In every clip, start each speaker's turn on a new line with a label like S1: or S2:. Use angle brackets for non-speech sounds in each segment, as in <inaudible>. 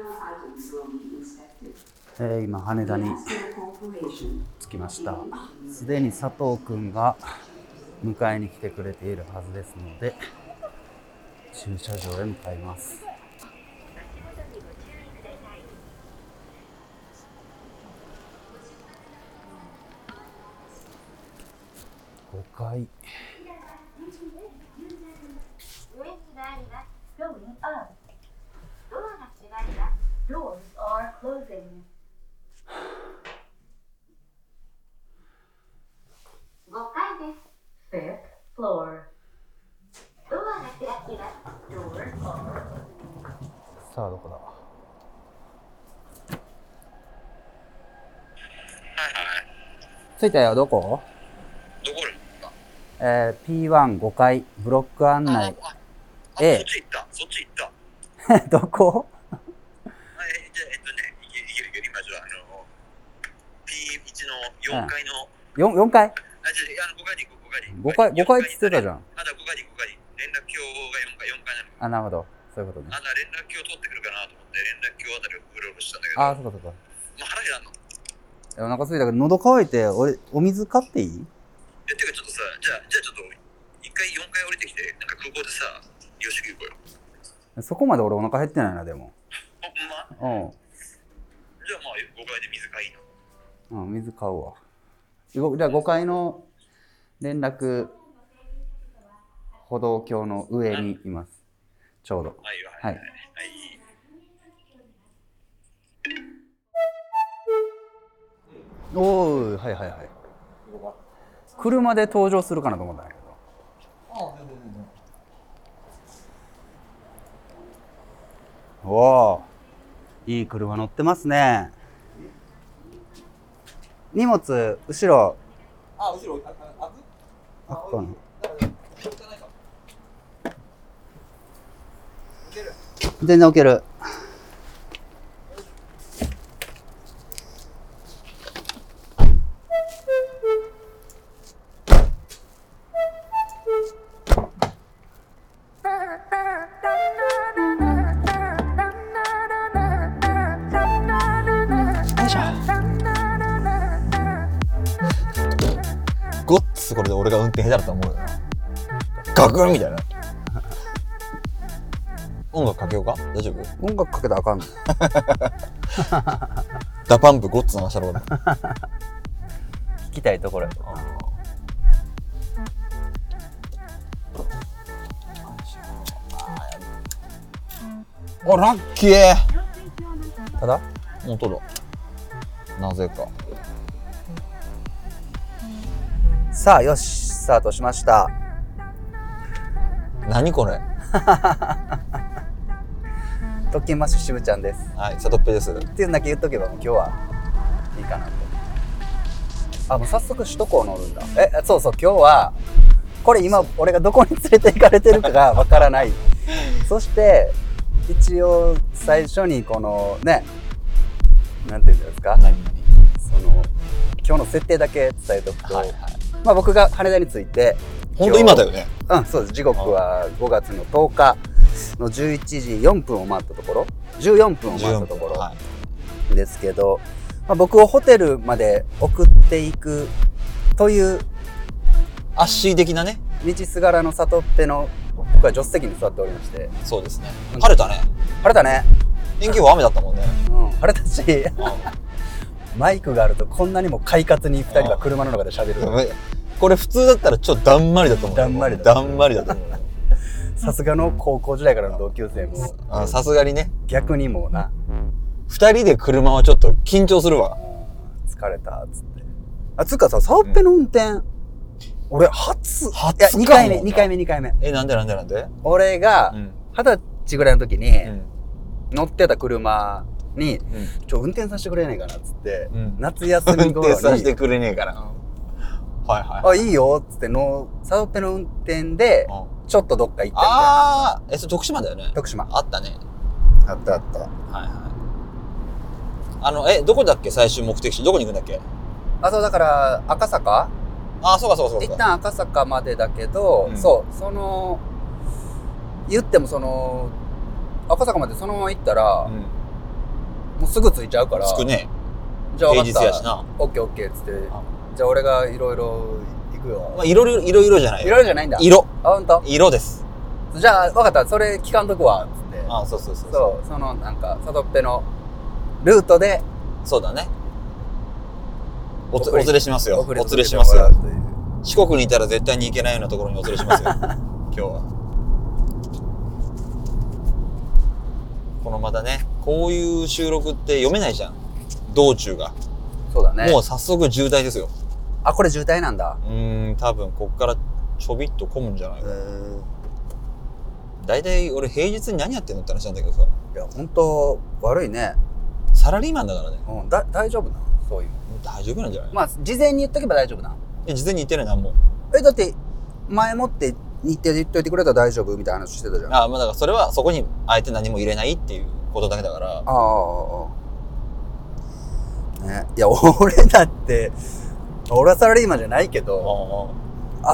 S1: buildings will be inspected.
S2: えー今羽田に
S1: Astro Corporation
S2: 着きまし
S1: and
S2: たすでに佐藤くんが迎えに来てくれているはずですので駐車場へ向かいます5階
S3: 上になります。Going up. ドアが閉まります。Doors are closing. 5階です。Fifth floor. ドアが開きます。Doors are
S2: さあどこだ
S4: はいはい。
S2: 着いたよどこ
S4: どこですか
S2: えー、P15 階ブロック案内
S4: あ、あ
S2: ええ
S4: そっち行った。そっち行った。
S2: <laughs> どこ
S4: あえじゃあ、えっとね、いけるいけるいける。今、ちょっとあの、P1 の4階の、
S2: 4, 4階
S4: あ、ちょっとあの5階に行こう、5階に
S2: ?5 階 ?5 階っつってたじ
S4: ん。
S2: ゃん。
S4: まだ5階に行こう5階に。連絡橋が4階、4階なの。
S2: あ、なるほど。そういうことね。
S4: あんな連絡橋通ってくるかなと思って、連絡橋あたりをうろうろしたんだけど、
S2: あ、そうかそうか。
S4: まあ、腹減らんの。
S2: えお腹空いたけど、喉乾いて、俺、お水買っていい
S4: え、てかちょっとさ、じゃあ、じゃあちょっと、一回4階降りてきて、なんか空港でさ、よし行こうよ。
S2: そこまで俺お腹減ってないな、でも。
S4: ほんま
S2: う
S4: じゃあまあ、5階で水買いの。
S2: ん。うん、水買うわ。ごじゃあ5階の連絡歩道橋の上にいます。ちょうど。
S4: はいよ、
S2: は
S4: はいい。はい。
S2: おー、はいはいはい。車で登場するかなと思ったんだけど。おー、いい車乗ってますね。荷物、後ろ、
S5: あ、後ろ、あ、あ、あず
S2: あっこかな。
S5: だから、ここじゃないか。いける。
S2: 全然置ける。
S5: ごっつこれで俺が運転下手だと思うよ。ガクンみたいな。音楽かけようか大丈夫
S2: 音楽かけたらあかんの。
S5: ダパンプごっつ流したろうな。
S2: 聞きたいところやと
S5: あ、ラッキー
S2: ただ
S5: 本当だ。なぜか。
S2: さあ、よし、スタートしました。
S5: 何これ
S2: 特訓マッシュ渋ちゃんです。
S5: はい、サトッペです。
S2: っていうのだけ言っとけば、もう今日はいいかなと。あ、もう早速首都高乗るんだ。え、そうそう、今日は、これ今、俺がどこに連れて行かれてるかがわからない。そして、一応、最初にこのね、なんていうんですか、
S5: 何
S2: その、今日の設定だけ伝えとくと、
S5: はいはい。
S2: まあ僕が羽田に着いて、
S5: 本当今だよね。
S2: うん、そうです。時刻は5月の10日の11時4分を回ったところ、14分を回ったとこ
S5: は
S2: ろ
S5: い。
S2: ですけど、まあ、僕をホテルまで送っていくという
S5: アッシー的なね。
S2: 道すがらの里っぺの僕は助手席に座っておりまして、
S5: そうですね。晴れたね。
S2: 晴れたね。
S5: 天気予報雨だったもんね。
S2: うん、晴れたし、 <laughs> マイクがあるとこんなにも快活に2人が車の中で喋
S5: <laughs>
S2: る。
S5: これ普通だったらちょっとだんまりだと思う。
S2: だんまりだ
S5: だんまりだと思う。
S2: さすがの高校時代からの同級生も
S5: あさすがにね。
S2: 逆にもうな、
S5: 二人で車はちょっと緊張するわ。
S2: 疲れたっつってあつうかさサオペの運転、俺初
S5: 初
S2: いや
S5: かも
S2: 2回目2回目2回目
S5: え、なんでなんでなんで
S2: 俺が
S5: うん。
S2: 二十歳ぐらいの時に
S5: うん。
S2: 乗ってた車に
S5: うん
S2: 「ちょ運転させてくれないかな」っつって、
S5: うん
S2: 夏休
S5: 運
S2: み頃
S5: 転させて
S2: に
S5: くれねえから。は
S2: 「
S5: いは
S2: あいいよ」っつってのサオペの運転で
S5: い。うん
S2: ちょっとどっか行ってみたいな
S5: あー、え、それ徳島だよね。
S2: 徳島
S5: あったね。
S2: あったあった
S5: はいはい。あの、え、どこだっけ最終目的地。どこに行くんだっけ
S2: あそうだから赤坂
S5: あー、そうかそうかそう
S2: 一
S5: か。
S2: 旦赤坂までだけど、
S5: うん
S2: そうその言ってもその赤坂までそのまま行ったら、
S5: うん
S2: もうすぐ着いちゃうから。
S4: つくね。
S2: じゃあ分かった。
S4: 平日やしな
S2: オッケーオッケーっつって
S4: あ。
S2: じゃあ俺がいろいろ行くよ。
S4: まあ、いろいろ、いろいろじゃないいよ。
S2: ろいろじゃないんだ。
S4: 色。
S2: あ、ほんと
S4: 色です。
S2: じゃあ分かった。それ聞かんとくわ。つって。
S4: あそうそうそうそう。
S2: そう、そのなんか、サトッペのルートで
S4: そうだね。お
S2: お
S4: つお
S2: 触れ
S4: 連れしますよ。
S2: お
S4: お
S2: 触
S4: 連
S2: 続け
S4: れ
S2: て
S4: し
S2: も
S4: ます
S2: ら
S4: よ
S2: う。という
S4: 四国にいたら絶対に行けないようなところにお連れしますよ。今日は。このまたね、こういう収録って読めないじゃん。道中が。
S2: そうだね。
S4: もう早速渋滞ですよ。
S2: あ、これ渋滞なんだ。
S4: うーん、多分こっからちょびっと混むんじゃないかな。大体俺平日に何やってんのって話なんだけどさ。
S2: いや、ほんと、悪いね。
S4: サラリーマンだからね。
S2: うん、だ、大丈夫なのそういうの。
S4: 大丈夫なんじゃない、
S2: まあ、事前に言っとけば大丈夫なの
S4: え事前に言ってないな、もう。
S2: え、だって、前もって日程で言っといてくれたら大丈夫みたいな話してたじゃん。あ
S4: あまあだからそれはそこにあえて何も入れないっていうことだけだから。
S2: あああ。ね、いや、俺だって、俺はサラリーマンじゃないけど、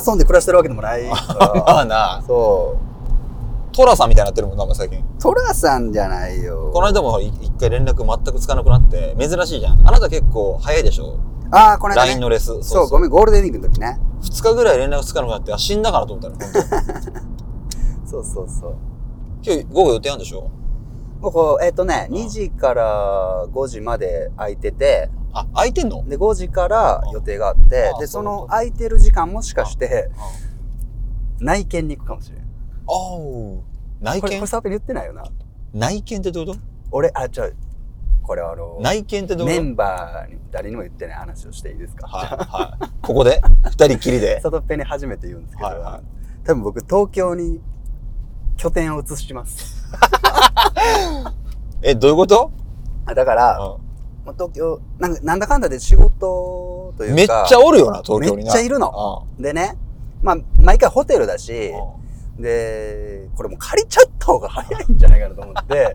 S2: 遊んで暮らしてるわけでもない
S4: ま
S2: か
S4: あな <laughs>
S2: ら。、そ
S4: トラさんみたいになってるもんな、お前最近。
S2: う。トラさんじゃないよ。
S4: この間もい一回連絡全くつかなくなって、珍しいじゃん。あなた結構早いでしょ
S2: ああ、この間、ね。
S4: ?LINE のレス。そう
S2: そう、ごめん、ゴールデンウィークの時ね。
S4: 2日ぐらい連絡つかなくなって、あ、死んだかなと思ったの。本当
S2: そうそうそう。
S4: <laughs> 今日午後予定あるんでしょ
S2: ここ、えっ、とね、
S4: うん
S2: 2時から5時まで空いてて、
S4: あ、空いてんの
S2: で、5時から予定があって
S4: あ、
S2: で、
S4: そ
S2: そう
S4: いうこと
S2: の空いてる時間もしかして、内見に行くかもしれん。
S4: あお内
S2: これ、こ
S4: 見
S2: れサーペン言ってないよな。
S4: 内見ってどういうこ
S2: 俺、あ、ちょ、これはあの
S4: と、内見ってどうい
S2: メ
S4: うこ
S2: ンバーに誰にも言ってない話をしていいですか
S4: とはい、はい。ここで二人っきりで。
S2: サトッペに初めて言うんですけど、
S4: はいはい
S2: 多分僕、東京に拠点を移します。
S4: え、どういうこと
S2: あだから、
S4: う
S2: まあ東京なんか、なんだかんだで仕事という
S4: ん
S2: か、
S4: めっちゃおるよな、東京に
S2: めっ
S4: な。
S2: ちゃいるの。
S4: の。
S2: でね、まあ、毎回ホテルだし、
S4: うん
S2: で、これもう借りちゃった方が早いんじゃないかなと思
S4: <laughs>
S2: って、ど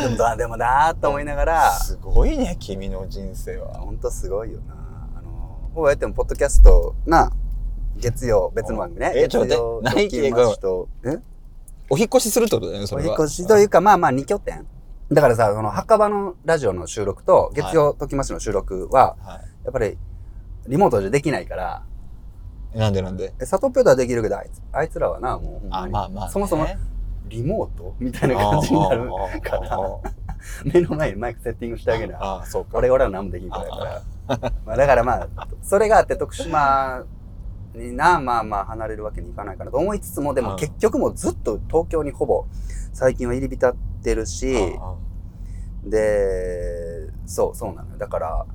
S2: うでもだ、でもなーと思いながら、
S4: すごいね、君の人生は。
S2: ほんとすごいよな。あの、こうやってもポッドキャストな、月曜、別の番組ね。
S4: えちょっと待って
S2: 月曜
S4: ナイキで
S2: ドッキリマッシュと、え
S4: お引っ越しするってことだよね、そ
S2: お
S4: れ
S2: 引
S4: は。
S2: っ越しというか、まあまあ、二拠点。だからさ、その、墓場のラジオの収録と、月曜、時増しの収録は、
S4: は
S2: やっぱり、リモートじゃできないから、
S4: い。なんでなんで。
S2: え、サトピョタはできるけど、あいつあいつらはな、もうほんに、
S4: あ、まあまあね。
S2: そもそも
S4: あ、
S2: リモートみたいな感じになるか
S4: ああ
S2: ら、目の前にマイクセッティングしてあげな。
S4: あああ、そうか。
S2: 俺、俺は何もできんからやから。 <laughs> まあだからまあ、それがあって徳島にな、まあまあ離れるわけにいかないかなと思いつつも、で
S4: う
S2: も
S4: ん
S2: 結局もうずっと東京にほぼ最近は入り浸ってるし、
S4: ああ
S2: で、そう、そうなのよ。だから、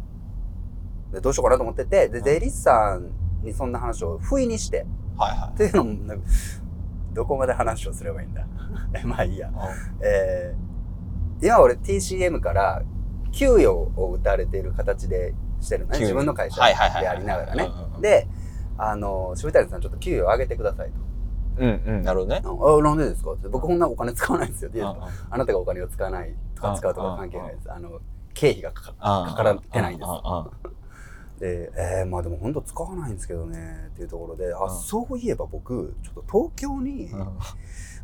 S2: でどうしようかなと思ってて、で、
S4: うん
S2: 税理士さんにそんな話を不意にして、
S4: はいはい
S2: っていうのもなんかどこまで話をすればいいんだ <laughs> えまあいいや、えー今俺 TCM から給与を打たれている形でしてるのね
S4: 給与
S2: 自分の会社
S4: はいはいはい
S2: でありながらね
S4: うんうんうん
S2: であの渋谷さんちょっと給与上げてください
S4: うんうん。なるほどね。
S2: と「あなんでですか?」って「僕こんなお金使わないんですよ」って言うんですよ
S4: あ
S2: あなたがお金を使わないとか使うとか関係ないですあの経費がかか
S4: あ
S2: かからってないんです
S4: あああ
S2: で、えー、まあでも本当使わないんですけどねっていうところで、あ、
S4: うん
S2: そういえば僕、ちょっと東京に、
S4: うん
S2: も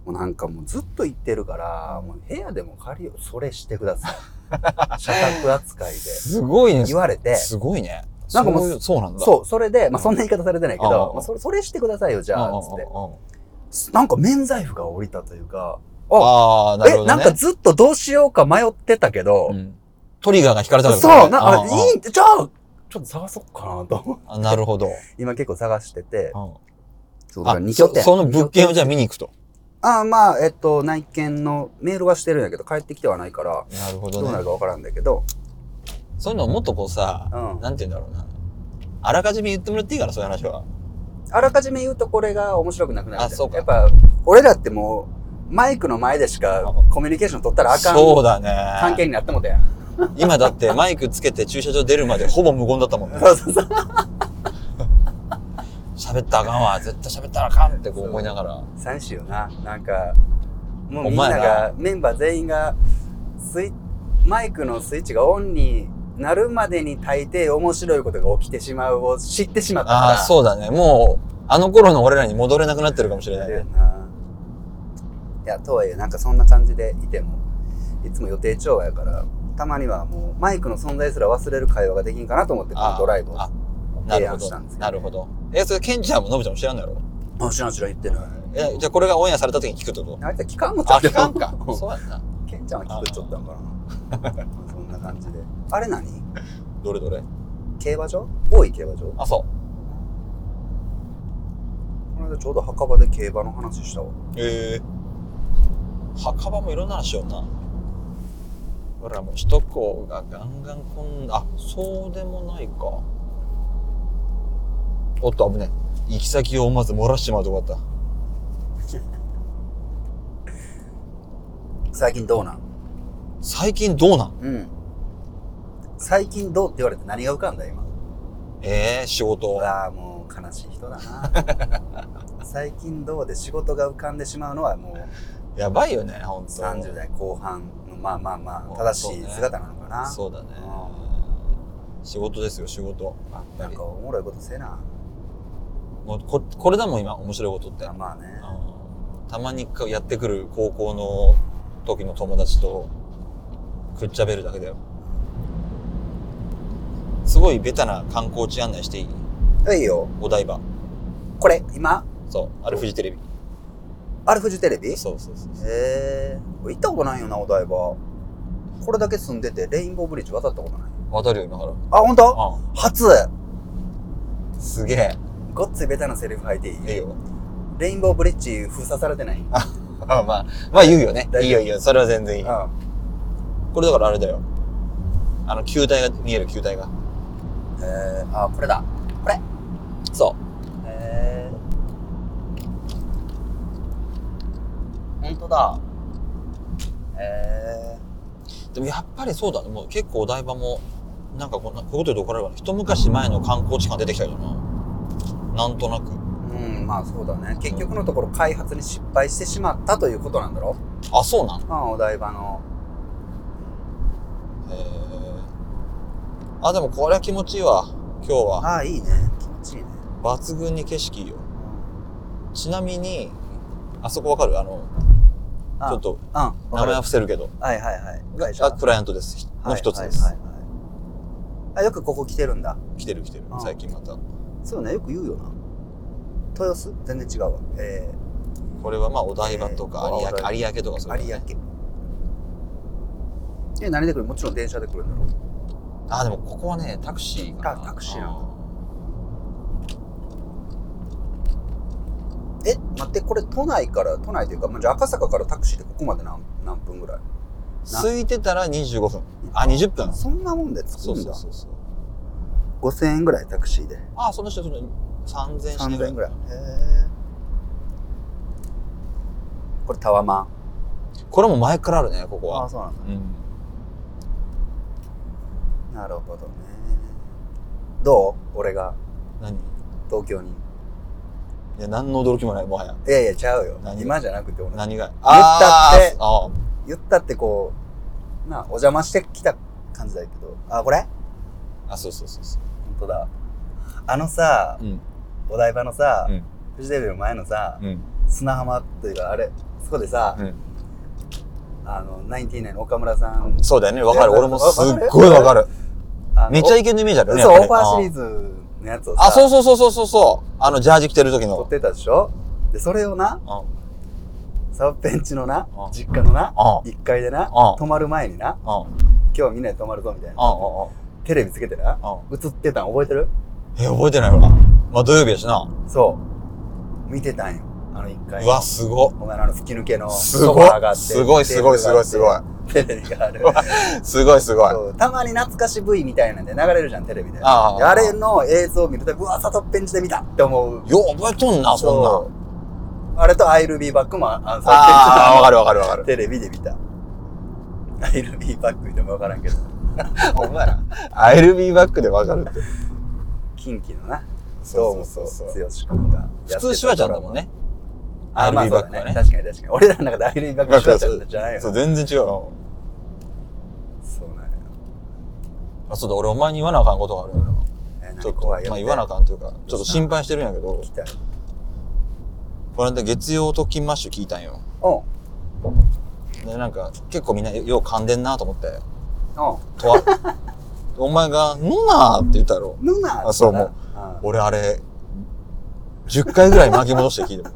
S2: うなんかもうずっと行ってるから、もう部屋でも借りよう、それしてくだ
S4: <laughs>
S2: さい。社宅扱いです
S4: ごいね。
S2: 言われて、
S4: すごいね。
S2: なんかもう
S4: そういそうなんだ。う。
S2: そう、それで、まあそんな言い方されてないけ
S4: うんうん
S2: ど
S4: う、ん
S2: まあ、それそれしてくださいよ、じ
S4: じ
S2: ゃあ、つって。なんか免罪符が降りたというか、
S4: ああ、なるほど
S2: え、
S4: ね。
S2: なんかずっとどうしようか迷ってたけど、
S4: うんトリガーが引かれたってことね
S2: そう、なんか、あ
S4: あ
S2: い
S4: あ
S2: い、じゃあ、ちょっと探そうかなと思う。
S4: あなるほど。
S2: 今結構探してて、
S4: う
S2: そうんだから二拠点。
S4: そその物件をじゃあ見に行くと。
S2: ああ、まあ、えっと、内見のメールはしてるんやけど、帰ってきてはないから、
S4: なるほ
S2: どう
S4: ど
S2: な
S4: ね
S2: る。かわからんだけど、
S4: そういうのをもっとこうさ、
S2: うん
S4: なんて言うんだろうな。あらかじめ言ってもらっていいから、そういう話は。
S2: あらかじめ言うとこれが面白くなくなるじゃん。
S4: あそうか
S2: やっぱ、俺らってもう、マイクの前でしかコミュニケーション取ったらあかん
S4: そうだね。
S2: 関係になってもうたやん。
S4: 今だってマイクつけて駐車場出るまでほぼ無言だったもんね。
S2: そうそうそう。
S4: 喋ったらあかんわ、絶対喋ったらあかんってこう思いながら。
S2: 寂しいよな。なんか、もうみ
S4: ほん
S2: ん
S4: ま
S2: な
S4: やな
S2: が、メンバー全員が、スイマイクのスイッチがオンになるまでに大抵面白いことが起きてしまうを知ってしまったから。
S4: ああ、そうだね。もう、あの頃の俺らに戻れなくなってるかもしれない
S2: だよ
S4: ね。
S2: ないやとはいえなんかそんな感じでいてもいつも予定調和やからたまにはもうマイクの存在すら忘れる会話ができんかなと思ってこのドライブを
S4: あ
S2: あ
S4: なる
S2: 提
S4: ほ
S2: 案
S4: ど
S2: したんですよ
S4: なるほどえそれケンちゃんものぶちゃんも知らんのやろ
S2: 知らん知らん言ってる
S4: えじゃあこれがオンエアされた時に聞くってこと
S2: あいつは聞かんのち
S4: あ
S2: ゃう
S4: 聞かんか
S2: うん
S4: そうやんな
S2: ケンちゃんは聞くっちゃったんかなそんな感じであれ何
S4: どれどれ
S2: 競馬場大井競馬場こ
S4: あそ
S2: の間ちょうど墓場で競馬の話したわ
S4: うへえ墓場もいろんな話しようなほらもう首都高がガンガンこんあそうでもないかおっと危ねえ行き先を思わず漏らしてしまうとこだった
S2: 最近どうなん
S4: 最近どうなん
S2: うん最近どうって言われて何が浮かんだ今
S4: えー、仕事
S2: ああもう悲しい人だ
S4: <laughs>
S2: な最近どうで仕事が浮かんでしまうのはもう
S4: やばいよねほんと
S2: 30代後半のまあまあま
S4: もう
S2: あ正しい姿なのかな、
S4: そうだね仕事ですよ仕事やっぱ
S2: なん
S4: り
S2: かおもろいことせえな
S4: もうここれだもん今面白いことって、
S2: まあね
S4: うんたまにかやってくる高校の時の友達とくっちゃべるだけだよすごいベタな観光地案内していい
S2: いいよ
S4: お台場
S2: これ今
S4: そうあれフジテレビ
S2: あれフジテレビへ
S4: そうそうそうそう
S2: えー、行ったことないよなお台場これだけ住んでてレインボーブリッジ渡ったことない
S4: 渡るよ今から
S2: あ本当
S4: あ
S2: 初
S4: あすげえ
S2: ごっついベタなセリフ吐いていい
S4: いいよ
S2: レインボーブリッジ封鎖されてない
S4: あまあまあ言うよね
S2: 大丈夫
S4: いいよいいよそれは全然いい
S2: うん
S4: これだからあれだよあの球体が見える球体が
S2: えー、あこれだこれ
S4: そ
S2: へえほんとだへえ
S4: うでもやっぱりそうだねもう結構お台場もなんかこんなこういうこと言うと怒られるかな一昔前の観光地感出てきたよななんとなく
S2: うんまあそうだね結局のところ開発に失敗してしまったということなんだろ
S4: あそうなんへ
S2: う、まあ、お台場の
S4: えあでもこれは気持ちいいわ今日は
S2: ああいいね気持ちいいね
S4: 抜群に景色いいよちなみにあそこわかるあの
S2: あ
S4: ちょっと
S2: うんわ
S4: 名前
S2: か
S4: は
S2: る
S4: 伏せるけど
S2: はいはいはい
S4: が
S2: 会社
S4: あクライアントですの一つです、
S2: はいはいはいはいあよくここ来てるんだ
S4: 来てる来てる
S2: あ
S4: 最近また
S2: そうねよく言うよな豊洲全然違うわえ
S4: これはまあお台場とか
S2: えー
S4: 有
S2: お台
S4: 明有明とかそう
S2: ー、
S4: いうのね
S2: 有明え何で来るもちろん電車で来るんだろう
S4: あでもここはねタクシーが
S2: あタクシーな
S4: の
S2: んえ待ってこれ都内から都内というか、まあ、じゃあ赤坂からタクシーでここまで何何分ぐらい
S4: 空いてたら25分あ20分
S2: そんなもんで着
S4: そ
S2: く
S4: うんそう
S2: だ
S4: そうそう
S2: 5000円ぐらいタクシーで
S4: あその人その3000円しない
S2: 3000円ぐらい
S4: い
S2: へえこれタワマン
S4: これも前からあるねここは
S2: そうなんだ
S4: うん
S2: なるほどねどう俺が
S4: 何い
S2: 東京に
S4: や何の驚きもないもはや
S2: いやいやちゃうよ
S4: 何
S2: 今じゃなくて俺
S4: 何が
S2: たって
S4: あーあ
S2: 言ったってこうなあお邪魔してきた感じだけどあこれ
S4: ーあそうそうそうそう
S2: 本当だあのさ
S4: うん
S2: お台場のさ、
S4: うん
S2: フジテレビの前のさ、
S4: うん
S2: 砂浜というかあれそこでさ、あのナインティナインの岡村さん、
S4: そうだよねわかる
S2: え
S4: 俺もすっごい
S2: わか
S4: わ
S2: る
S4: かる
S2: あの
S4: めっちゃイケのイメージあるよね
S2: そう
S4: やっ
S2: オ
S4: ぱ
S2: フ
S4: り
S2: ァーシリーズのやつをさ
S4: あーあそうそうそうそうそうそうあのジャージ着てる時
S2: 撮っ
S4: の
S2: てたでしょでそれをな
S4: あ
S2: サペンチのな
S4: うん
S2: 実家のな
S4: あ
S2: 1階でな
S4: うん
S2: 泊まる前にな
S4: ああ
S2: 今日みんなで泊まるぞみたいな
S4: あ
S2: テレビつけてな
S4: あ
S2: 映ってたん覚えてる
S4: え覚えてないわまあ土曜日やしな
S2: そう見てたんよあの1階
S4: うわすごっ
S2: お前のあの吹き抜けの
S4: すごい
S2: ソファーがあって
S4: すごいすごいすごいすごい
S2: テレビが
S4: <laughs>
S2: ある
S4: すごいすごい
S2: そうたまに懐かし V みたいなんで流れるじゃんテレビで
S4: ああ
S2: であれの映像を見るとうわサトッペンチで見たって思う
S4: よう覚えとんなそんなん
S2: そうあれとアイルビーバックもああのサ
S4: ああわか
S2: る
S4: るわかるわかる
S2: テレビで見たアイルビーバック見ても分からんけ
S4: <laughs>
S2: ど
S4: お前ら I'll be back でわかるって
S2: 近畿のな
S4: そうそうそう
S2: どもと剛君がや
S4: 普
S2: ってた
S4: 通シュワちゃんだもんね
S2: あ
S4: I'll
S2: まあ
S4: be
S2: そうだ
S4: back
S2: ね
S4: はね
S2: 確かに確かに俺らの中でアイルビーバックはシュワちゃんじゃないよ
S4: そう全然違うよ
S2: そうなんや
S4: あそうだ俺お前に言わなあかんことがあるよな
S2: えー
S4: ちょっと
S2: 怖いよ
S4: まあ言わなあかんというかちょっと心配してるんやけど
S2: 聞きたい
S4: これで月曜と金マッシュ聞いたんよ
S2: おう
S4: でなんか結構みんなよう噛んでんなと思って
S2: お
S5: とわ
S2: <laughs>
S5: お前が、のなーって言ったやろ。
S2: ヌナ
S5: あそうもう俺あれ、10回ぐらい巻き戻して聞いても。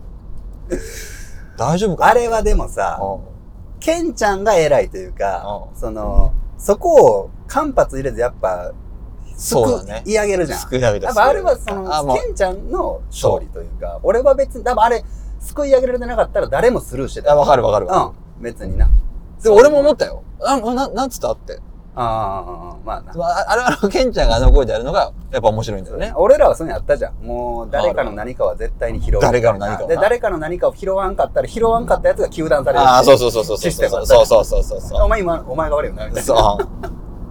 S5: 大丈夫か
S2: あれはでもさ、
S5: う
S2: ケンちゃんが偉いというか、
S5: うん
S2: その、そこを間髪入れずやっぱ、
S5: ん
S2: すく
S5: そうだね。
S2: 言い上げるじゃん。
S5: すくい上げた
S2: やっぱあれはそ
S5: あ、
S2: の、
S5: もう
S2: ケンちゃんの勝利というか、俺は別に、多分あれ、救い上げられてなかったら誰もスルーしてた
S5: あ
S2: よ。
S5: わかるわかるわか
S2: うん、別にな。
S5: る。でも俺も思ったよ。あ、な、なんつったって。
S2: ああ、まあな。
S5: ああれはあの、ケンちゃんがあの声でやるのが、やっぱ面白いんだよね。
S2: 俺らはそういうのやったじゃん。もう、誰かの何かは絶対に拾う。
S5: 誰かの何かを
S2: で、
S5: な
S2: 誰かの何かを拾わんかったら、拾わんかったやつが球団される。
S5: ああ、そうそうそうそうそ
S2: シ
S5: う
S2: ステ
S5: そう
S2: ムだ
S5: そ
S2: った
S5: うそ
S2: ね
S5: うそうそうそう
S2: お前今、お前が悪いよな、みたいな。
S5: <laughs> そう。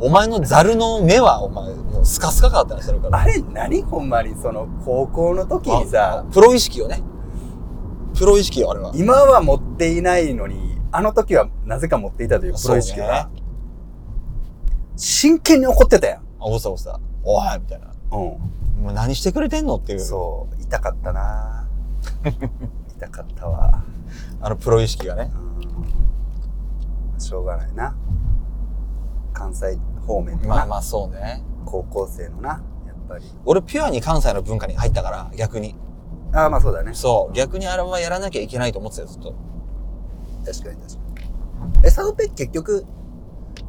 S5: お前のザルの目は、お前、もうスカスカかってなしてるから。
S2: あれ何ほんまに、その、高校の時にさ、
S5: プロ意識よね。プロ意識よ、あれは。
S2: 今は持っていないのに、あの時はなぜか持っていたというプロ意識
S5: そうね
S2: が、真剣に怒ってたやん。
S5: あ、おさおさ。おいみたいな。
S2: う
S5: もう何してくれてんのっていう。
S2: そう、痛かった
S5: <laughs>
S2: な痛かったわ。
S5: あのプロ意識がね。
S2: うんしょうがないな。関西方面のな、
S5: まあまあそうね。
S2: 高校生のな、やっぱり。
S5: 俺ピュアに関西の文化に入ったから、逆に。
S2: ああ、まあそうだね。
S5: そう。逆にあれはやらなきゃいけないと思ってたよ、ずっと。
S2: 確かに確かに。え、サドペ結局、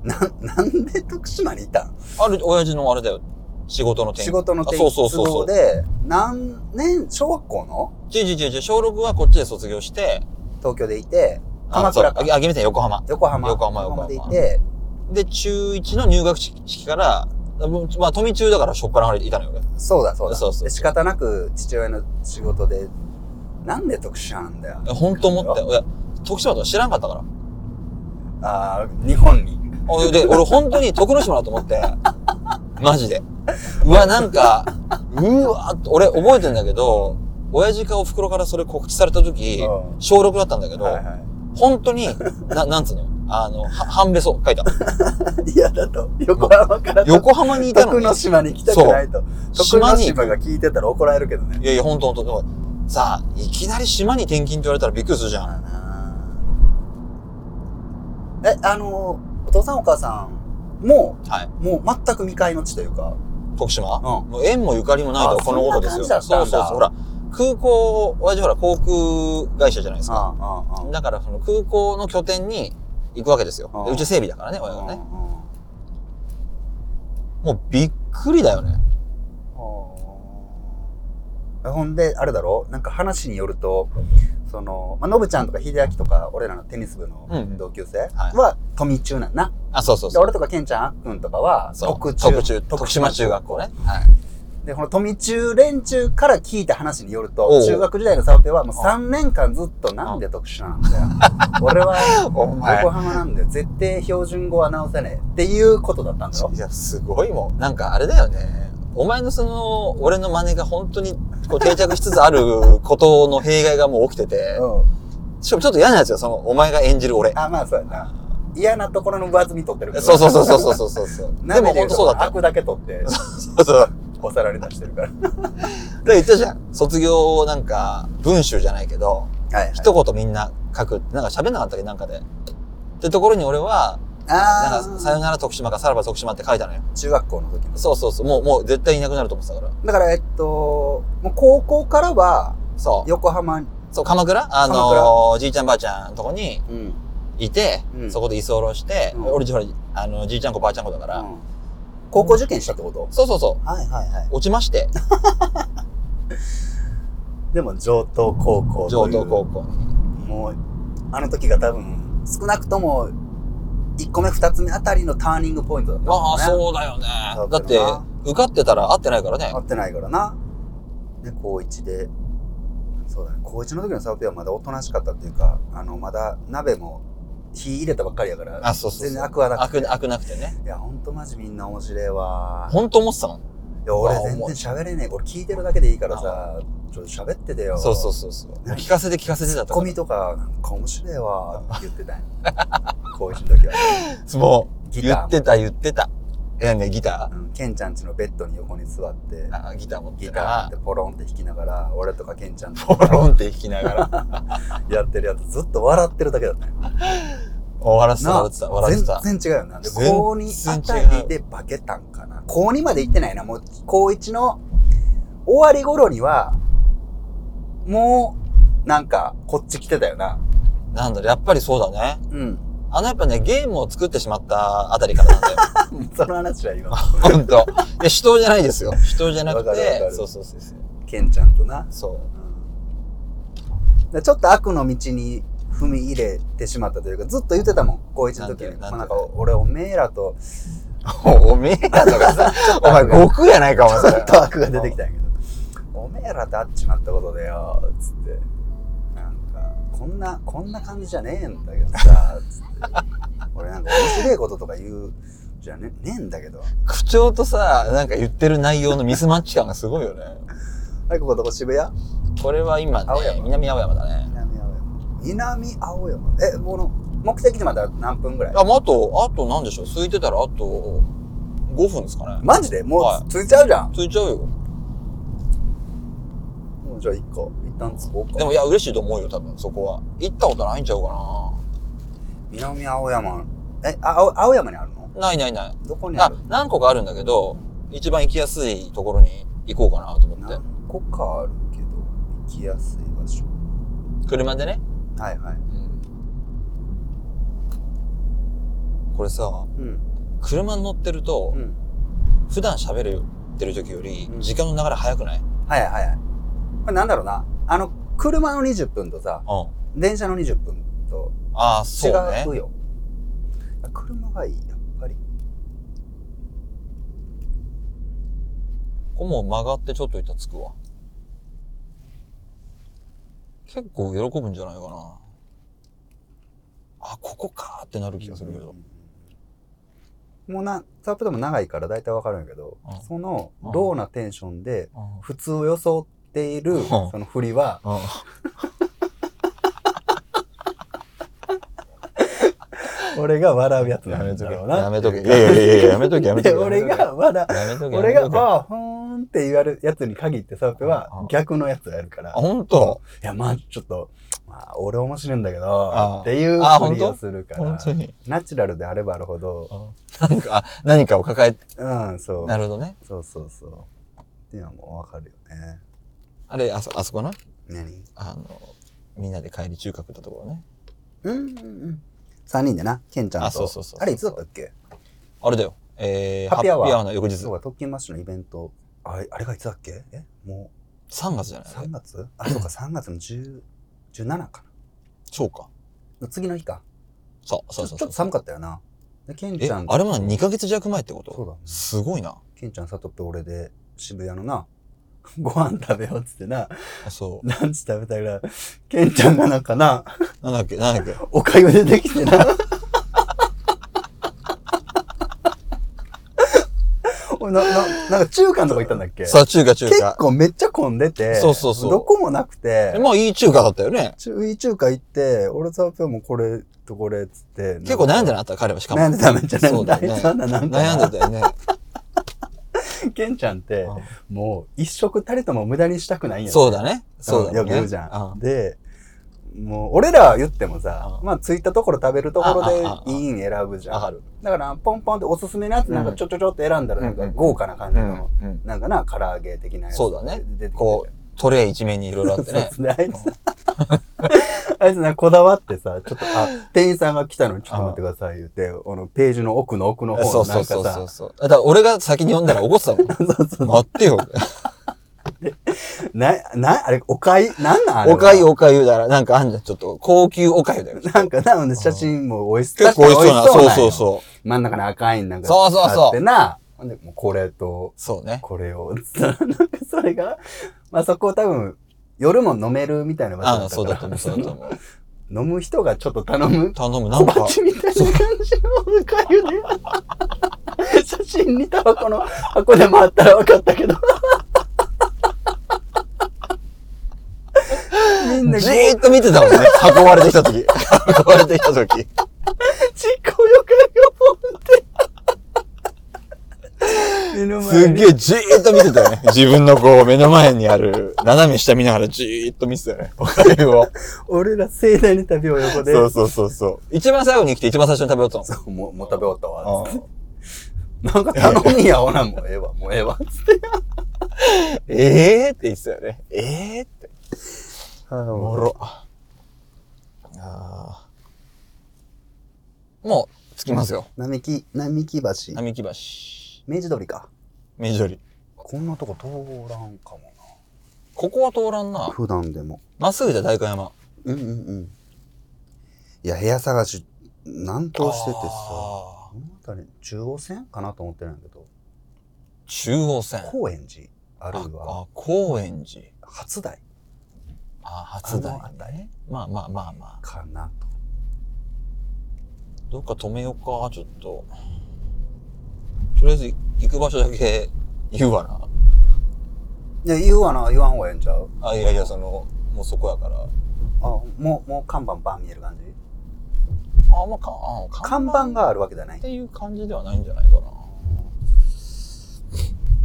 S2: なん、なんで徳島にいたん
S5: ある、親父のあれだよ。仕事の転
S2: 仕事の転
S5: あそうそう
S2: 勤
S5: そう
S2: 都
S5: そ
S2: 合
S5: う。
S2: で、何年、小学校の
S5: 違う違う違う、小6はこっちで卒業して、
S2: 東京でいて、
S5: あ
S2: 鎌倉か
S5: そうあ、あげみたい横浜。
S2: 横浜。
S5: 横浜横浜
S2: でいて、
S5: で、中1の入学式から、まあ、富中だからしょっぱらいたのよ、俺。
S2: そうだそうだ。
S5: そうそうそう
S2: で仕方なく父親の仕事で、なんで徳島なんだよ。
S5: 本当思ったよ。いや、徳島とは知らんかったから。
S2: ああ、日本に。
S5: おで、俺本当に徳之島だと思って。マジで。うわ、なんか、うわー俺覚えてんだけど、親父かお袋からそれ告知された時
S2: う、ん
S5: 小6だったんだけど、
S2: はいは <laughs>
S5: 本当に、な、なんつうのあの、は半べそ書いた。
S2: い。いや、だと、横浜からと
S5: 横浜にいたの
S2: 徳
S5: に。
S2: 之島に来たくないと。徳
S5: 島
S2: 之
S5: に行
S2: 島
S5: く。
S2: が聞いてたら怒られるけどね。
S5: いやいや、本当本当さあ、いきなり島に転勤って言われたらびっくりするじゃん。
S2: え、あの、お父さんお母さんも、
S5: はい。
S2: もう全く未開の地というか、
S5: 徳島、
S2: うん
S5: もう縁もゆかりもないとは
S2: あ
S5: このことですよ。
S2: そんな感じだったんだ
S5: そうそうそう。ほら、空港、親父ほら、航空会社じゃないですか。
S2: あああ
S5: だから、その空港の拠点に行くわけですよ
S2: あ。あ
S5: でうち整備だからね、親が
S2: うん
S5: ね。
S2: うん
S5: もうびっくりだよね。
S2: えほんで、あれだろなんか話によると、その、まあ、のぶちゃんとか秀明とか、俺らのテニス部の
S5: うんうん
S2: 同級生
S5: はい
S2: は、富中なんな。
S5: あ、そうそう
S2: で、
S5: そう。
S2: 俺とかケンちゃん、あっくんとかは、
S5: そう
S2: 特中。
S5: 徳中。徳島中学校ね。はい。
S2: で、この富中連中から聞いた話による
S5: お
S2: と、
S5: う
S2: 中学時代のサオペはもう3年間ずっとなんで特殊なんだ
S5: <laughs>
S2: よ。俺は
S5: お前
S2: 横浜なんだよ。絶対標準語は直せねえ。っていうことだったんだろ
S5: いや、すごいもん。なんかあれだよね。お前のその、俺の真似が本当にこう定着しつつあることの弊害がもう起きてて、
S2: うん。
S5: しかもちょっと嫌なやつよ、その、お前が演じる俺。
S2: あ、まあそうやな。嫌なところの分厚み取ってるから。
S5: そうそうそうそうそうそうそう。で
S2: で
S5: も
S2: も
S5: 本
S2: 本
S5: 当
S2: 当
S5: そ
S2: そううだ
S5: だっ
S2: ったた。
S5: よ。
S2: 悪だけ取
S5: <laughs>
S2: って、
S5: そうそう。
S2: お皿に出してるから。
S5: で、言ったじゃん。卒業をなんか、文集じゃないけど、
S2: はい、はい。
S5: 一言みんな書くって、なんか喋んなかったっけなんかで。ってところに俺は、な
S2: あ
S5: んか、さよ
S2: あ、
S5: なら徳島かさらば徳島って書いたのよ。
S2: 中学校の時の。
S5: そうそうそう。もう、もう絶対いなくなると思ってたから。
S2: だから、えっと、もう高校からは、
S5: そう。
S2: 横浜に、
S5: そう、鎌倉あの
S2: 鎌
S5: じいちゃんばあちゃんのとこに
S2: うん。
S5: いて、
S2: うん
S5: そこで居候して、
S2: うん
S5: 俺、ほら、あの、じいちゃん子ばあちゃん子だから、
S2: 高校受験したってこと
S5: そうそうそう。
S2: はいはいはい。
S5: 落ちまして、
S2: でも上等高校と
S5: 上
S2: いう
S5: 等高校に。
S2: もうあの時が多分少なくとも1個目2つ目あたりのターニングポイントだった
S5: まあ、
S2: もんね
S5: そうだよね。
S2: そう
S5: だ
S2: だ
S5: っ
S2: よな
S5: て、受かってたら会ってないからね
S2: 合。ってないからなで高1でそうだね高1の時のサーフィーはまだおとなしかったっていうかあのまだ鍋も火入れたばっかりやから
S5: あ、そうそうそう。
S2: 全然アクはなくて
S5: 悪悪なくてね。
S2: いやほんとマジみんな面白いわ
S5: 本当思ってたも
S2: い
S5: ん。
S2: や俺
S5: あ
S2: 全
S5: 思
S2: 然
S5: う
S2: 喋れねえ俺聞いてるだけでいいからさちょっと喋っててよ
S5: そうそうそうそう。もう
S2: 何
S5: 聞かせて聞かせてだっ
S2: ツッ
S5: た
S2: コ
S5: か
S2: ミとかなんか面白い
S5: <laughs>
S2: わって言ってたんよ高1の時は
S5: ら。もう、
S2: ギター
S5: 言
S2: も
S5: ってた言ってた。え、なんでギタ
S2: あのケンちゃんちのベッドに横に座って
S5: ーあギター持って
S2: ギ
S5: た
S2: ターってポロンって弾きながら俺とかケンちゃんと <laughs>
S5: ポロンって弾きながら。
S2: やってるやつずっと笑ってるだけだったんよ
S5: 笑ってた、
S2: な
S5: 笑ってた、笑ってた。
S2: 全然違うよな。で、
S5: 全然違う
S2: 高2あたりで化けたんかな。高2まで行ってないな。もう、高1の終わり頃には、もう、なんか、こっち来てたよな。
S5: なんだろう、やっぱりそうだね。
S2: うん。 <laughs>
S5: あの、やっぱね、ゲームを作ってしまったあたりからなんだよ。 <laughs>
S2: その話は今、
S5: ほんと。で、死闘じゃないですよ。死闘じゃなく
S2: わかるわか
S5: て、
S2: る
S5: そうそうそうそう。
S2: ケンちゃんとな。
S5: そう。
S2: でちょっと悪の道に踏み入れてしまったというか、ずっと言ってたもん、高一の時に。
S5: なんて
S2: ま
S5: なん
S2: あ
S5: て
S2: なんか、俺、おめえらと、
S5: おおめえらとかさ、お前、悟空やないか、お前、そ
S2: ちょ
S5: れ
S2: っ。と悪が出てきたんやけど、おめえらと会っちまったことだよ、つって。なんか、こんな、こんな感じじゃねえんだけどさ、つって。俺、なんか、面白いこととか言う、じゃねねえんだけど。
S5: 口調とさ、なんか言ってる内容のミスマッチ感がすごいよね。
S2: はい、ここどこ渋谷
S5: これは今ね
S2: 青山、
S5: 南青山だね。
S2: 南青山。南青山。え、この、目的地までは何分ぐらい
S5: あ、もうあと、あとなんでしょう空いてたらあと5分ですかね。
S2: マジでも
S5: は
S2: う、ついちゃうじゃん。
S5: ついちゃうよ。
S2: もうじゃあ、一個、一旦つこうか。
S5: でもいや、嬉しいと思うよ、多分、そこは。行ったことないんちゃうか
S2: 南青山。え、あ青青山にあるの
S5: な。ないないない。
S2: どこにあ
S5: あ
S2: る、
S5: 何個かあるんだけど、一番行きやすいところに行こうかなと思って
S2: 何。個かあるけど、行きやすい場所。
S5: 車でね。
S2: はいはい。
S5: これさ、
S2: うん。
S5: 車に乗ってると
S2: う、ん。
S5: 普段喋ってる時より
S2: う、ん
S5: 時間の流れ早くないうん。
S2: はいはいはい。これなんだろうな。あの、車の20分とさ、電車の20分と
S5: ああ、そ
S2: 違
S5: うね
S2: う。よ。車がいい、やっぱり。
S5: ここもう曲がってちょっと行ったら着くわ。結構喜ぶんじゃないかな。あ、ここかーってなる気がするけど。
S2: もうな、サープでも長いから大体わかるんやけど
S5: うん、
S2: その、
S5: うん
S2: ローなテンションで、
S5: うん
S2: 普通を装っている、その振りは、俺が笑うやつなんだろうな。
S5: やめとけ。いやいやいや、やめとけ、やめと
S2: で、
S5: け。
S2: 俺が、まだ、
S5: やめとけ、
S2: 俺
S5: や
S2: が、
S5: めとけあ、
S2: ああ、ふーんって言われるやつに限って、サーペ
S5: う
S2: は
S5: ん
S2: 逆のやつをやるから。い
S5: ほんと
S2: や、まあちょっと、まあ俺面白いんだけど
S5: あ、
S2: っていう
S5: あ
S2: ふり
S5: ほん
S2: を
S5: と
S2: するか
S5: 本
S2: ら
S5: 当、に。
S2: ナチュラルであればあるほど、
S5: なんか、あ何かを抱えて、
S2: うん、そう。
S5: なるほどね。
S2: そうそうそう。っていうのはもうわかるよね。
S5: あれ、あそ、あそこな。
S2: 何
S5: あの、みんなで帰り中核だところね。
S2: うんうんうん。3人でな、ケンちゃんと。
S5: あそうそうそうそう
S2: あれいつだったっけ
S5: あれだよ。えー、
S2: ハッピーアワー
S5: の翌日
S2: そう。か、特勤マッシュのイベント。あれ、あれがいつだっけえも
S5: 3月じゃ
S2: う
S5: ないあれ
S2: 3月あ、そうか、3月の10 17か
S5: そうか。
S2: な。次の日か。
S5: そう、そう
S2: ち
S5: そ
S2: ょち
S5: うそ
S2: ょっ
S5: う
S2: と。寒かったよな。で、ケン
S5: え、
S2: ちゃん。
S5: あれもな2ヶ月弱前ってこと
S2: そうだね
S5: すごいな。
S2: ケンちゃん、サトと俺で、渋谷のな、 <laughs> ご飯食べようっつってな、
S5: あそう。
S2: ランチ食べたら、ケンちゃんがなんかな、
S5: なんだっけ、なんだっけ。
S2: おかゆ出てきてな。 <laughs> 俺な、な、なんか中華のとか行ったんだっけ
S5: さあ、中華、中
S2: 結
S5: 華。
S2: 構めっちゃ混んでて、
S5: そうそうそう
S2: どこもなくて
S5: え、まあ、いい中華だったよね。
S2: 中いい中華行って、俺とアペもこれとこれっつって。
S5: 結構悩んで
S2: な
S5: なかった、彼はしかも。
S2: 悩んでためっちゃ
S5: そ
S2: 悩
S5: うんだ
S2: だ。
S5: よね
S2: あいつあんななんか
S5: 悩んでた
S2: <laughs>
S5: よね。
S2: ケンちゃんって、
S5: う
S2: もう一食たりとも無駄にしたくないん
S5: ん
S2: よ。
S5: そうだね。そうだね。
S2: よく言うじゃん。
S5: う
S2: で、もう俺らは言ってもさ、
S5: うん
S2: まあついたところ食べるところで
S5: ああああ
S2: いいん選ぶじゃ
S5: わか
S2: ん。
S5: る。
S2: だからポンポンっておすすめのやつなんかちょちょちょって選んだらなん
S5: う
S2: か
S5: ん
S2: 豪華な感じ
S5: う
S2: の、
S5: ん。うん。
S2: なんかな、唐揚げ的なやつ。
S5: そうだね
S2: 出てきて
S5: こ
S2: <laughs>
S5: う、トレイ一面にいろいろあってね。
S2: そうですねあいつ、あいつなんかこだわってさ、ちょっと、あ、店員さんが来たのにちょっと待ってください言って、あの、ページの奥の奥の方の
S5: そう
S2: な
S5: そうんそ
S2: か
S5: うそう
S2: さ、
S5: そう。だから俺が先に読んだら怒っ
S2: <laughs>
S5: てたもん。待ってよ。
S2: な、な、あれ、おかゆ、なんなんあれは
S5: おかゆおかゆだから、なんかあんじゃん。ちょっと高級おかゆだよ。
S2: なんかな、ほんで写真も美味し
S5: 結構美味しそうな。
S2: 確かに
S5: そ
S2: 美
S5: う
S2: 味し
S5: そう
S2: う
S5: そう。
S2: なんよ。真ん中の赤いんなんか。
S5: そうそうそう
S2: あってな、ほんで、もうこれと、
S5: そうね。
S2: これを、つったらなんかそれが、まあそこ多分、夜も飲めるみたいな場所
S5: あ
S2: だ
S5: あ、
S2: った
S5: そう
S2: か
S5: だ
S2: ら
S5: と思う、そうだと思う。
S2: 飲む人がちょっと頼む
S5: 頼む、な
S2: 小
S5: んか。
S2: 鉢みたいな感じのおかゆで写真にタバコの箱でもあったら分かった
S5: <laughs>
S2: けどみんな
S5: じ
S2: ち
S5: ーっと見てたも
S2: <laughs>
S5: んね。運ばれてきた時。 <laughs> 運ばれてきた時。
S2: っこよかよってみ目の前に
S5: すっげえじーっと見てたよ <laughs> ね。自分のこう、目の前にある、斜め下見ながらじーっと見てたよね。おかゆを。
S2: 俺ら盛大に旅を横で。
S5: <laughs> そうそうそうそう。一番最後に来て一番最初に食べようと思
S2: そう。もう、もう食べ終わった
S5: <laughs>
S2: わ。
S5: う。
S2: なんか頼みや、ほな、もうええわ、もうええわ。
S5: ええー、って言ってたよね。ええー、って。おもろ。ああ。もう、着きますよ。
S2: 並木、並木橋。
S5: 並木橋。
S2: 明治通りか。
S5: 明治通り。
S2: こんなとこ通らんかも
S5: ここは通らん
S2: な。
S5: な。
S2: 普段でも。
S5: まっすぐじゃ代官山。
S2: うんうんうん。いや、部屋探し、難航しててさ、こ
S5: あー
S2: の辺り、中央線かなと思ってるんだけど、
S5: 中央線。
S2: 高円寺、あ
S5: あ
S2: るいは、
S5: あ、高円寺。
S2: 初台
S5: あ、初台
S2: あの辺
S5: ね。まあまあまあまあ。
S2: かなと。
S5: どっか止めようか、ちょっと。とりあえず行く場所だけ言うわな。
S2: いや、言うわな、言わん方がええんちゃう
S5: あ、いやいや、その、もうそこやから。
S2: あ、もう、もう看板バン見える感じ
S5: あ、まあ、かあ
S2: 看板があるわけじゃな
S5: っ
S2: い。
S5: ていう感じではないんじゃないか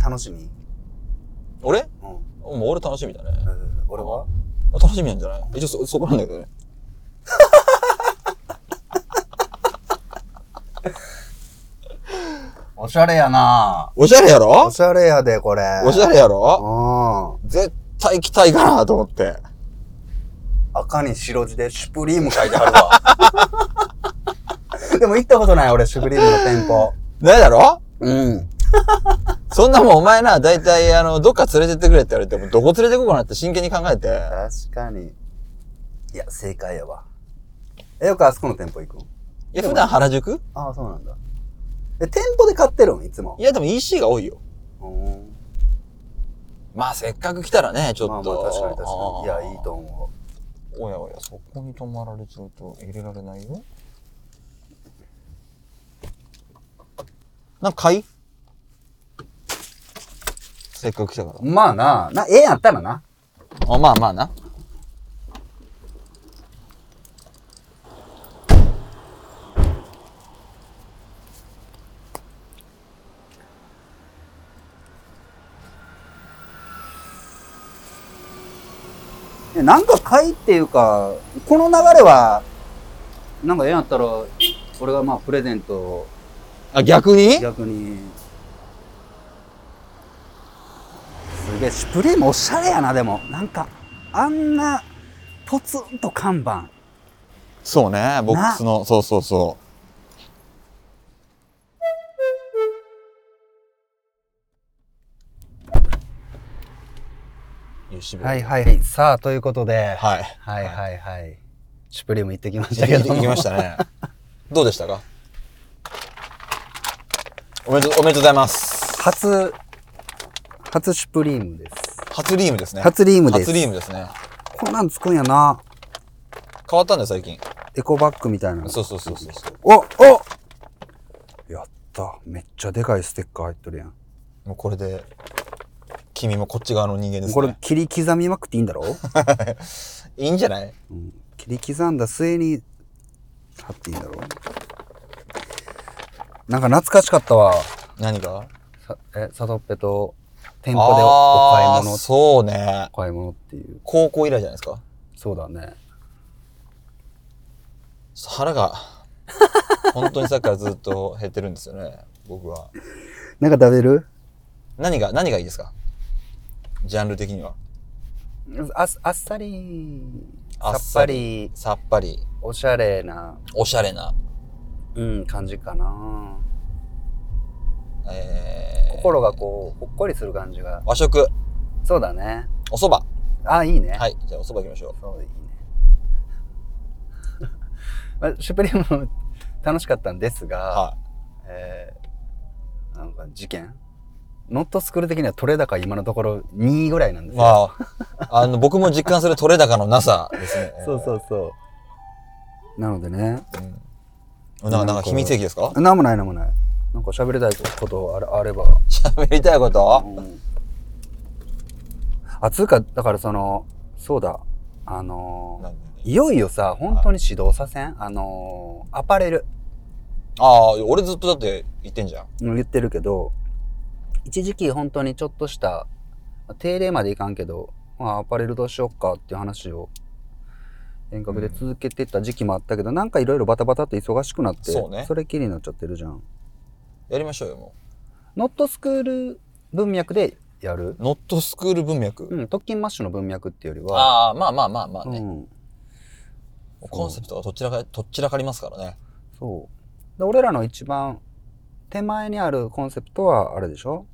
S5: な。
S2: 楽しみ
S5: 俺
S2: うん。
S5: もう俺楽しみだね。
S2: えー俺は
S5: 楽しみなんじゃない一応そ、そこなんだけどね。
S2: おしゃれやな
S5: おしゃれやろ
S2: おしゃれやで、これ。
S5: おしゃれやろ
S2: うん。
S5: 絶対行きたいかなと思って。
S2: 赤に白字でシュプリーム書いてあるわ。 <laughs> でも行ったことない、俺、シュプリームの店舗。
S5: ないだろ
S2: うん。
S5: そんなもんお前な、だいたいあの、どっか連れてってくれって言われても、どこ連れてこうかなって真剣に考えて。
S2: 確かに。いや、正解やわ。え、よくあそこの店舗行くん
S5: いや、普段原宿
S2: ああ、そうなんだ。え、店舗で買ってるんいつも
S5: い。や、でも EC が多いよ。
S2: うん。
S5: まあ、せっかく来たらね、ちょっと。
S2: まあまあ、確かに確かに。い
S5: あー
S2: や、いいと思
S5: おやおや、そこに泊まられちゃうと入れられないよ。なんか買いせっかく来たから
S2: う。。まあな、な、ええやったらな。
S5: あ、まあまあな。
S2: えなんか買いっていうか、この流れは、なんかええやったら、俺がまあプレゼントを
S5: あ、逆に
S2: 逆に。すげえ、シュプリームおしゃれやな、でも。なんか、あんな、ポツンと看板。
S5: そうね、ボックスの、そうそうそ
S2: はいはい。さあ、ということで、
S5: う。はい。
S2: はいはいはい。シュプリーム行ってきまし
S5: じゃ
S2: た
S5: あ、
S2: け
S5: 行っ
S2: ど
S5: てきましたね。どうでしたかおめでとう、おめでとうございます。
S2: 初、初シュプリームです。
S5: 初リームですね。
S2: 初リームです
S5: 初リームですね。
S2: こんなんつくんやな。
S5: 変わったんだよ、最近。
S2: エコバッグみたいな。
S5: そうそうそうそうそう。
S2: おおやった。めっちゃでかいステッカー入っとるやん。
S5: もうこれで、君もこっち側の人間ですね。
S2: これ切り刻みまくっていいん
S5: <laughs>
S2: だろ、
S5: いいんじゃない
S2: うん、切り刻んだ末に貼っていいんだろなんか懐かしかったわ。
S5: 何が
S2: さえ、サトッペと店
S5: 店
S2: 舗でおお買い物、
S5: そうね
S2: お。買い物っていう。
S5: 高校以来じゃないですか。
S2: そうだね。
S5: ちょっと腹が、本当にさっきからずっと減ってるんですよね、僕は。
S2: なんか食べる
S5: 何が、何がいいですかジャンル的には。
S2: ああっさり、
S5: あ
S2: さっ
S5: っ
S2: ぱ
S5: さ
S2: り、
S5: さっぱり、
S2: おしゃれな、
S5: おしゃれな、
S2: うん、感じかな。
S5: えー、
S2: 心がこう、ほっこりする感じが。
S5: 和食、
S2: そうだね。
S5: お蕎麦。
S2: あ、いいね。
S5: はい、じゃあお蕎麦行きましょ
S2: そういいね。 <laughs> まあ、シュプリームも楽しかったんですが、
S5: う。は
S2: えーなんか事件ノットスクール的には取れ高今のところ2位ぐらいなんです
S5: い。
S2: よ。。
S5: まあ、 <laughs> あの、僕も実感する取れ高のなさですね
S2: そうそうそう。なのでね、
S5: うん。なんか、なんか秘密兵器ですか
S2: なんもないなんもない。なんか喋りたいことあれあれば。
S5: <laughs> 喋りたいこと
S2: うんあ、つうか、だからその、そうだ、あ
S5: な
S2: の
S5: んで
S2: ーいよいよさ、本当に指導させんあのーアパレル。
S5: ああ、俺ずっとだって言ってんじゃん。
S2: 言ってるけど、一時期本当にちょっとした、定例までいかんけど、まあ、アパレルどうしよっかっていう話を遠隔で続けてた時期もあったけど、なんかいろいろバタバタって忙しくなって、
S5: そうね
S2: れっきりになっちゃってるじゃん。
S5: やりましょうよ、も
S2: ノットスクール文脈でやる
S5: う。ノットスクール文脈。
S2: うん、特勤マッシュの文脈っていうよりは、
S5: ああ、まあまあまあまあね。
S2: うん、
S5: もうコンセプトがどちらか、どちらかりますからね。
S2: そう。で、俺らの一番手前にあるコンセプトは、あれでしょ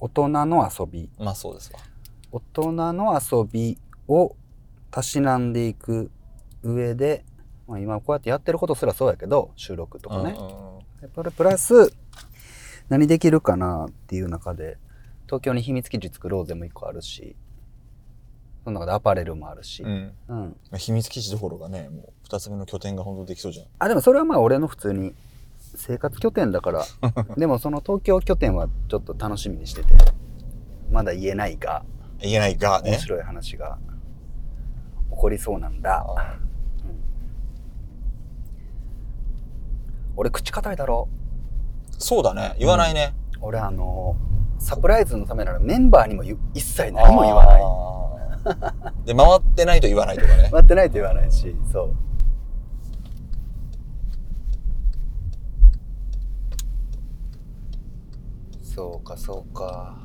S2: 大人の遊び。
S5: まあそうですわ。
S2: 大人の遊びをたしなんでいく上で、まあ、今こうやってやってることすらそうやけど収録とかね、
S5: うんうんうん
S2: でこれプラス何できるかなっていう中で東京に秘密基地作ろうぜも一個あるしその中でアパレルもあるし、
S5: うん。
S2: うん
S5: まあ秘密基地どころがね、もう二つ目の拠点が本当できそうじゃん。
S2: あでもそれはまあ俺の普通に生活拠点だから
S5: <laughs>
S2: でもその東京拠点はちょっと楽しみにしててまだ言えないが
S5: 言えないが
S2: 面
S5: ね。
S2: 白い話が起こりそうなんだ
S5: あ
S2: 俺口固いだろ
S5: そうだね。言わないね。
S2: 俺あのサプライズのためならメンバーにも言う一切何も言わない
S5: ない。で、回ってないと言わないと
S2: <laughs>
S5: かね。
S2: 待ってないと言わないしそうそうかそうか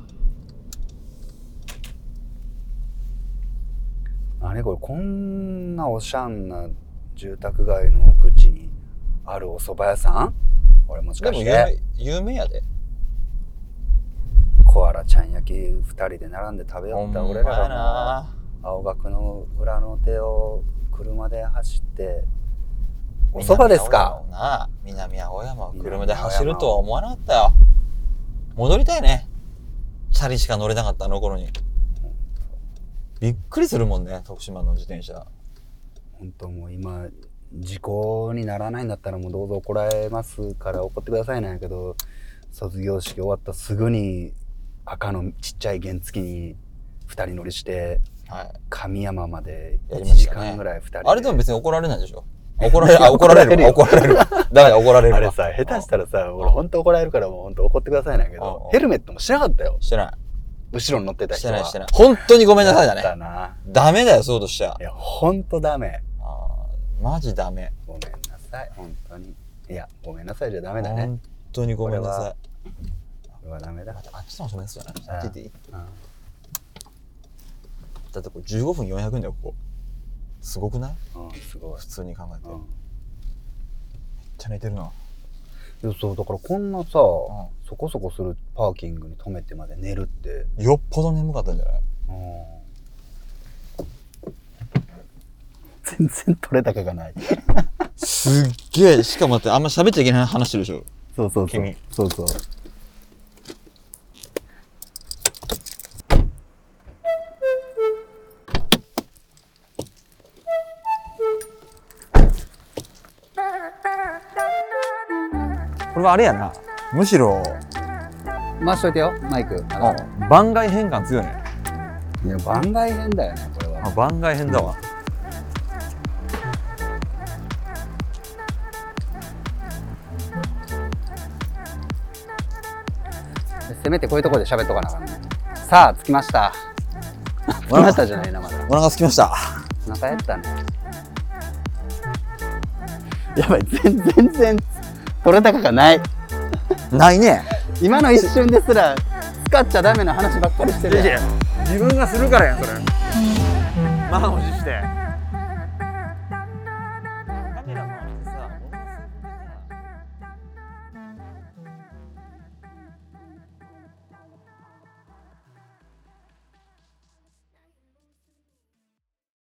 S2: あれこれこんなおしゃんな住宅街の奥地にあるお蕎麦屋さん俺もし
S5: で
S2: か
S5: も
S2: し
S5: 有
S2: て
S5: 名、有名やで。
S2: コアラちゃん焼き2人で並んで食べよった
S5: ほんま
S2: 俺
S5: や
S2: らがもう
S5: な
S2: 青学の裏の手を車で走ってお
S5: 南
S2: そばですか
S5: 青山をな南青山を車で走るとは思わなかったよ。戻りたいね。チャリしか乗れなかったあの頃に。びっくりするもんね、徳島の自転車。
S2: 本当もう今事故にならないんだったらもうどうぞ怒られますから怒ってくださいなんやけど卒業式終わったすぐに赤のちっちゃい原付に2人乗りして
S5: はい。
S2: 神山まで
S5: や
S2: 1
S5: りまし
S2: 時
S5: たね
S2: 間ぐらい2人
S5: あれでも別に怒られないでしょ怒られ、あ、怒られるわ。
S2: <laughs>
S5: 怒
S2: 怒
S5: られるわ。だから怒られる
S2: あ
S5: わ。
S2: れさ下手したらさ俺本当怒られるからもう本当怒ってくださいなんやけ
S5: うんう
S2: ど
S5: ん
S2: ヘルメットもしなかったよ
S5: してな
S2: 後ろに乗ってた
S5: い。し
S2: 人
S5: て
S2: は
S5: ない、してない。本当にごめんなさいだ
S2: やった
S5: ね。 <laughs>
S2: な
S5: ダメだよ、そうとしちゃ
S2: い。や本当ダメ
S5: あーマジダメ。
S2: ごめんなさい、本当に。いや、ごめんなさいじゃダメだね。
S5: 本当にごめん
S2: こ
S5: な
S2: れ
S5: さ。
S2: はいこれはダメだ。
S5: あっちの方もそうや
S2: うん
S5: な。出ていい
S2: うん
S5: だってこれ15分400円だよ、ここ。すごくない
S2: うん、すごい
S5: 普。通に考えて。
S2: う
S5: めっ
S2: ん
S5: ちゃ寝てるな。
S2: いや、そう、だからこんなさ、
S5: ん
S2: そこそこするパーキングに止めてまで寝るって。
S5: よっぽど眠かったんじゃない
S2: うん全然取れ高がない。
S5: すっげえ。しかもだってあんま喋っちゃいけない話してるでしょ。
S2: そうそうそう
S5: 君。
S2: そうそう。
S5: これはあれやな。むしろ、
S2: 回しといてよ、マイク。
S5: 番外変換強いね。
S2: いや、番外編だよね、これは。
S5: 番外編だわ。
S2: せめてこういうところで喋っとかなあかんね。さあ、着きました。着きましたじゃないな、まだ。
S5: お腹すきました。
S2: お腹やったね。やばい、全全然取れ高がない。
S5: ないね。
S2: <laughs> 今の一瞬ですら使っちゃダメな話ばっかりしてるやん。
S6: 自分がするからやんそれ満を持して